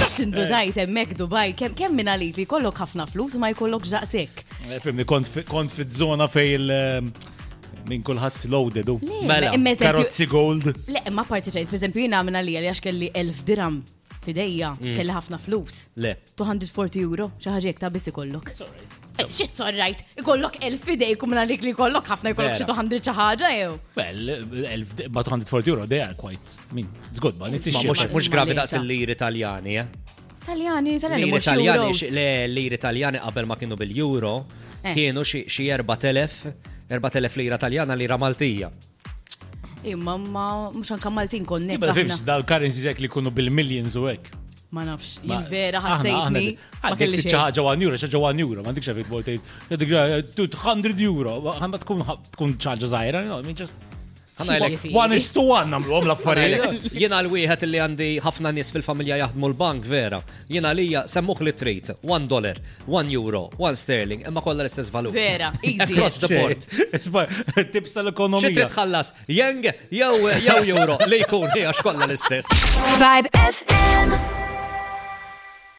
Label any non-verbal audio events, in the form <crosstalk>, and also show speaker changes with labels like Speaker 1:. Speaker 1: nafx indudajt emmek Dubai, kem, kem minna li li kollok ħafna flus ma jkollok ġaqsek.
Speaker 2: Fimni, kont fi- kont fit-zona fej il- minn kulħadd loaded u.
Speaker 1: Le,
Speaker 3: Mela,
Speaker 1: imma eżempju-
Speaker 2: Karozzi gold.
Speaker 1: Le, ma parti ċejt, per esempio, jina minna li għalli għax kelli 1000 dirham fidejja,
Speaker 2: Mm.
Speaker 1: kelli ħafna flus.
Speaker 3: Le.
Speaker 1: 240 euro, xaħġek ta' bisi kollok. Shit, sorrajt, Eh, ikollok 1000 fidejk u minna li li kollok ħafna jkollok
Speaker 3: Vera.
Speaker 1: xi 200 xaħġa jew.
Speaker 2: Well, 240 euro, they are quite, I mean, it's good money.
Speaker 3: Ma
Speaker 2: it's
Speaker 3: mux,
Speaker 2: shit money.
Speaker 3: mux gravi daqs il-lir italjani, eh?
Speaker 1: Taljani, taljani,
Speaker 3: Lir
Speaker 1: mux
Speaker 3: italjani,
Speaker 1: euros.
Speaker 3: xi- le, lir italjani qabel ma kienu bil-euro,
Speaker 1: Eh.
Speaker 3: kienu xi xi 4000, 4000 lira italjana lira Maltija.
Speaker 1: Imma ma mux anka Maltin konnek.
Speaker 2: Jibba fimx dal-currencies jek li kunu bil-millions u hekk.
Speaker 1: Ma nafx,
Speaker 2: Ma-
Speaker 1: jil-vera
Speaker 2: aħna-
Speaker 1: ħassejtni.
Speaker 2: aħna-
Speaker 1: Ma
Speaker 2: għaddek
Speaker 1: kelli
Speaker 2: tiċċa
Speaker 1: xejn.
Speaker 2: ħaġa 1 euro, xaġa 1 euro, ma dikxa fit bojtejt. 200 euro, għamma tkun tkun ċaġa zaħira, no, I mean, just.
Speaker 3: Ħana
Speaker 1: Xi
Speaker 3: għalek-
Speaker 1: ġifi.
Speaker 2: One is to one namlu għom
Speaker 3: Għalek,
Speaker 2: l-affarijiet.
Speaker 3: Jiena l-wieħed li għandi ħafna nies fil-familja jaħdmu l-bank vera. Jiena lija semmuħ li trit, 1 dollar, 1 euro, 1 sterling, imma kollha l-istess valur. <laughs>
Speaker 1: Vera, easy.
Speaker 3: Across the board.
Speaker 2: <laughs> Xejn. Tips
Speaker 3: Xi trid
Speaker 2: tal-ekonomija.
Speaker 3: tħallas, jeng jew jew euro li jkun hija xkollha l-istess.
Speaker 4: Vibe FM.